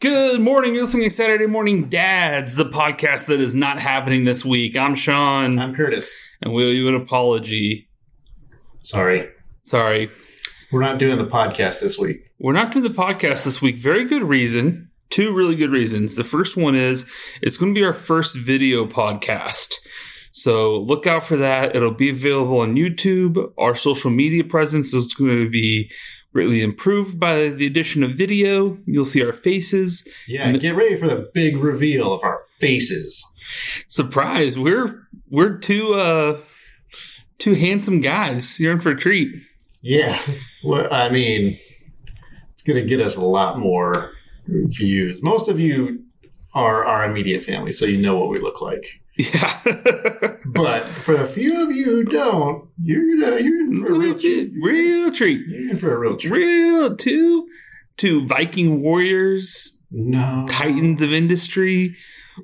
Good morning. You're listening to Saturday Morning Dads, the podcast that is not happening this week. I'm Sean, I'm Curtis. and we owe you an apology. Sorry. Sorry. We're not doing the podcast this week. We're not doing the podcast this week. Very good reason. Two really good reasons. The first one is it's going to be our first video podcast. So look out for that. It'll be available on YouTube. Our social media presence is going to be greatly improved by the addition of video. You'll see our faces. Yeah, get ready for the big reveal of our faces. Surprise, we're we're two uh two handsome guys. You're in for a treat. Yeah. Well, I mean, it's going to get us a lot more views. Most of you are our immediate family, so you know what we look like. Yeah. But for the few of you who don't, you're gonna, you're in It's for a gonna real be a treat. real treat. You're in for a real treat. real two two Viking warriors, No titans of industry.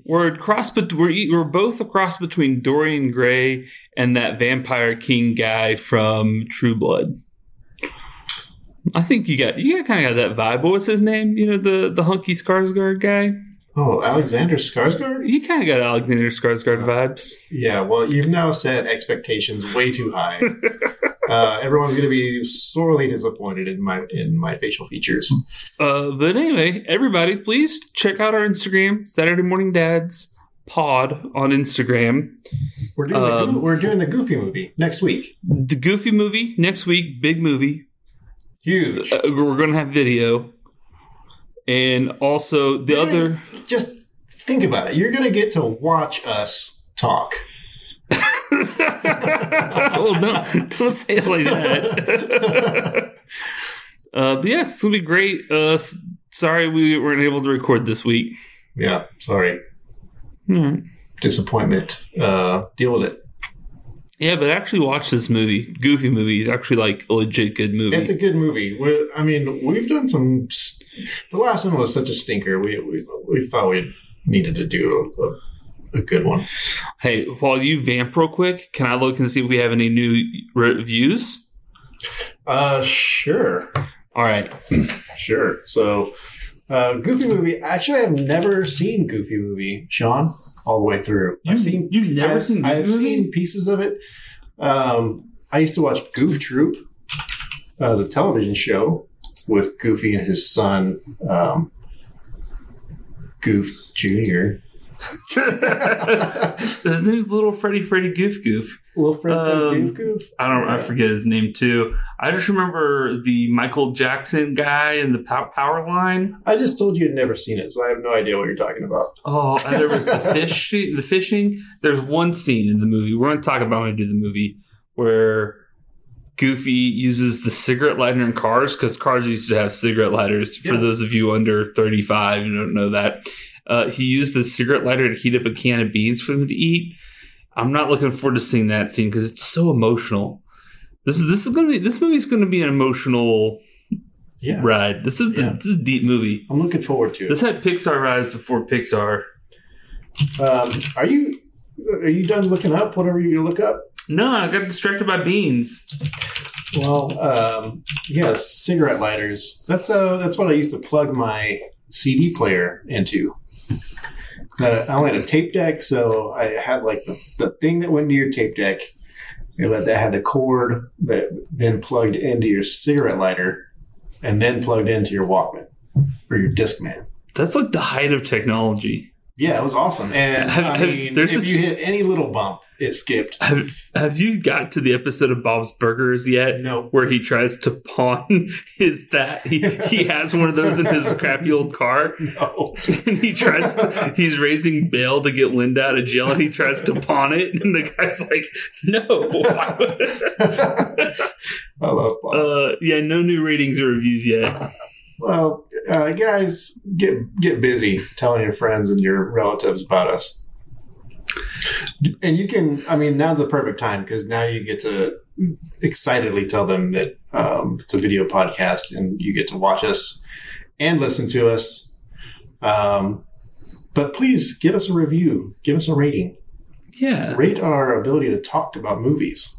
We're a cross, but we're e- we're both a cross between Dorian Gray and that vampire king guy from True Blood. I think you got you got kind of got that vibe. What was his name? You know the the hunky Skarsgård guy. Oh, Alexander Skarsgård. You kind of got Alexander Skarsgård vibes. Yeah, well, you've now set expectations way too high. uh, everyone's going to be sorely disappointed in my in my facial features. Uh, but anyway, everybody, please check out our Instagram, Saturday Morning Dads Pod on Instagram. We're doing the, Um, Goo- we're doing the Goofy movie next week. The Goofy movie next week, big movie. Huge. Uh, we're going to have video. And also the Really? other Just think about it. You're going to get to watch us talk. Oh no, don't say it like that. uh but yes, it's going to be great. Uh s- sorry we weren't able to record this week. Hmm. Yeah, sorry, All right. disappointment. Uh, deal with it. Yeah, but actually watch this movie. Goofy movie is actually like a legit good movie. It's a good movie. We're, I mean, we've done some. St- the last one was such a stinker. We we, we thought we needed to do a, a, a good one. Hey, while you vamp real quick, can I look and see if we have any new reviews? Uh, sure, All right. sure. So, uh, Goofy movie. Actually, I've never seen Goofy movie, Sean, all the way through. I've seen. you've never I've, seen I've Goofy movie? seen pieces of it. Um, I used to watch Goof Troop, uh, the television show with Goofy and his son, um, Goof Junior. His name's Little Freddy Freddy Goof Goof. Wilfred the Um, Goof Goof. I don't. I Yeah. forget his name too. I just remember the Michael Jackson guy in the pow- power line. I just told you I'd never seen it, so I have no idea what you're talking about. Oh, and there was the fish. The fishing. There's one scene in the movie we're going to talk about when we do the movie where Goofy uses the cigarette lighter in cars because cars used to have cigarette lighters. For Yeah. those of you under 35 who don't know that, uh, he used the cigarette lighter to heat up a can of beans for them to eat. I'm not looking forward to seeing that scene because it's so emotional. This is this is gonna be this movie's gonna be an emotional Yeah, ride. This is Yeah. this is a deep movie. I'm looking forward to it. This had Pixar rides before Pixar. Um, are you are you done looking up whatever you look up? No, I got distracted by beans. Well, um, yeah, cigarette lighters. That's uh, that's what I used to plug my CD player into. Uh, I only had a tape deck, so I had like the, the thing that went to your tape deck, and that that had the cord that then plugged into your cigarette lighter, and then plugged into your Walkman or your Discman. That's like the height of technology. Yeah, it was awesome. And I Have- have- mean, there's if this- you hit any little bump, it skipped. Have, have you got to the episode of Bob's Burgers yet? No, where he tries to pawn his that he, he has one of those in his crappy old car no. and he tries to he's raising bail to get Linda out of jail and he tries to pawn it and the guy's like no why would-" I love Bob. uh yeah no new ratings or reviews yet Well, uh, guys, get get busy telling your friends and your relatives about us. And you can, I mean, now's the perfect time because now you get to excitedly tell them that um, it's a video podcast and you get to watch us and listen to us. Um, but please give us a review, give us a rating, yeah rate our ability to talk about movies.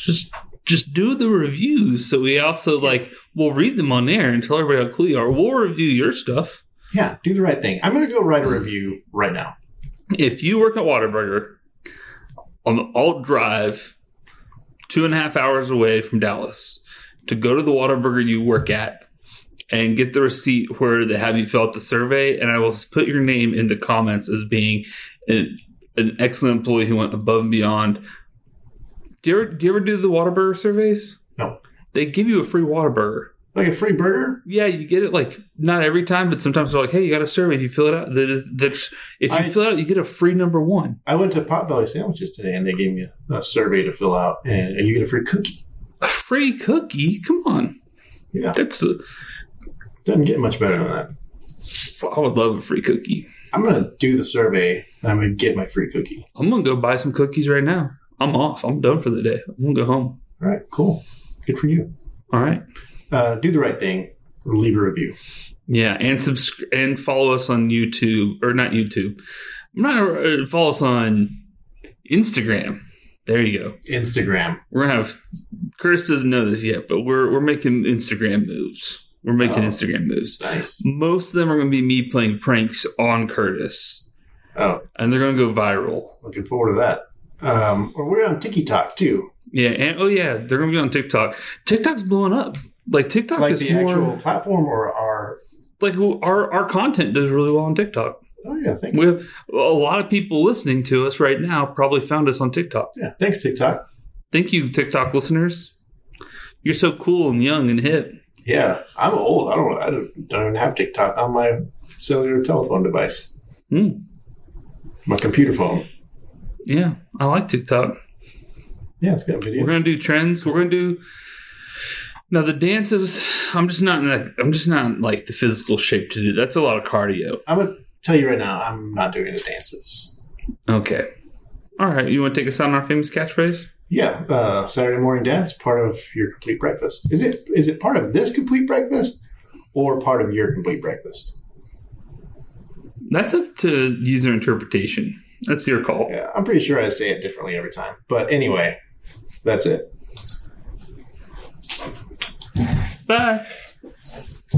just just do the reviews so we also like we'll read them on air and tell everybody how cool you are we'll review your stuff Yeah, do the right thing. I'm going to go write a review right now. If you work at Waterburger on the alt drive, two and a half hours away from Dallas, to go to the Waterburger you work at and get the receipt where they have you fill out the survey, and I will put your name in the comments as being an, an excellent employee who went above and beyond. Do you ever, do you ever do the Waterburger surveys? No. They give you a free Waterburger. Like a free burger? Yeah, you get it like not every time, but sometimes they're like, "Hey, you got a survey. If you fill it out, that is, that's, if you I- fill it out, you get a free number one." I went to Potbelly Sandwiches today and they gave me a, a survey to fill out and, and you get a free cookie. A free cookie? Come on, Yeah. that's. A, Doesn't get much better than that. I would love a free cookie. I'm going to do the survey and I'm going to get my free cookie. I'm gonna go buy some cookies right now. I'm off. I'm done for the day. I'm gonna go home. All right, cool. Good for you. All right. Uh, do the right thing. Leave a review. Yeah, and subsc- and follow us on YouTube or not YouTube. I'm not uh, follow us on Instagram. There you go. Instagram. We're gonna have Curtis doesn't know this yet, but we're we're making Instagram moves. We're making Oh. Instagram moves. Nice. Most of them are gonna be me playing pranks on Curtis, Oh, and they're gonna go viral. looking forward to that. Um, or we're on TikTok too, Yeah, and oh yeah, they're gonna be on TikTok. TikTok's blowing up. Like TikTok like is the more actual platform or our. like our our content does really well on TikTok. Oh yeah, thanks. We have a lot of people listening to us right now probably found us on TikTok. yeah, thanks TikTok. Thank you, TikTok listeners. You're so cool and young and hip. Yeah, I'm old. I don't. I don't, don't even have TikTok on my cellular telephone device. Hmm. My computer phone. Yeah, I like TikTok. Yeah, it's got video. We're gonna do trends. We're gonna do now the dances. I'm just not in that. I'm just not in like the physical shape to do. That's a lot of cardio. I'm gonna tell you right now. I'm not doing the dances. Okay. All right. You want to take us out on our famous catchphrase? Yeah, uh, Saturday morning dance part of your complete breakfast. Is it? Is it part of this complete breakfast, or part of your complete breakfast? That's up to user interpretation. That's your call. Yeah, I'm pretty sure I say it differently every time. But anyway, that's it.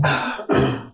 Bye.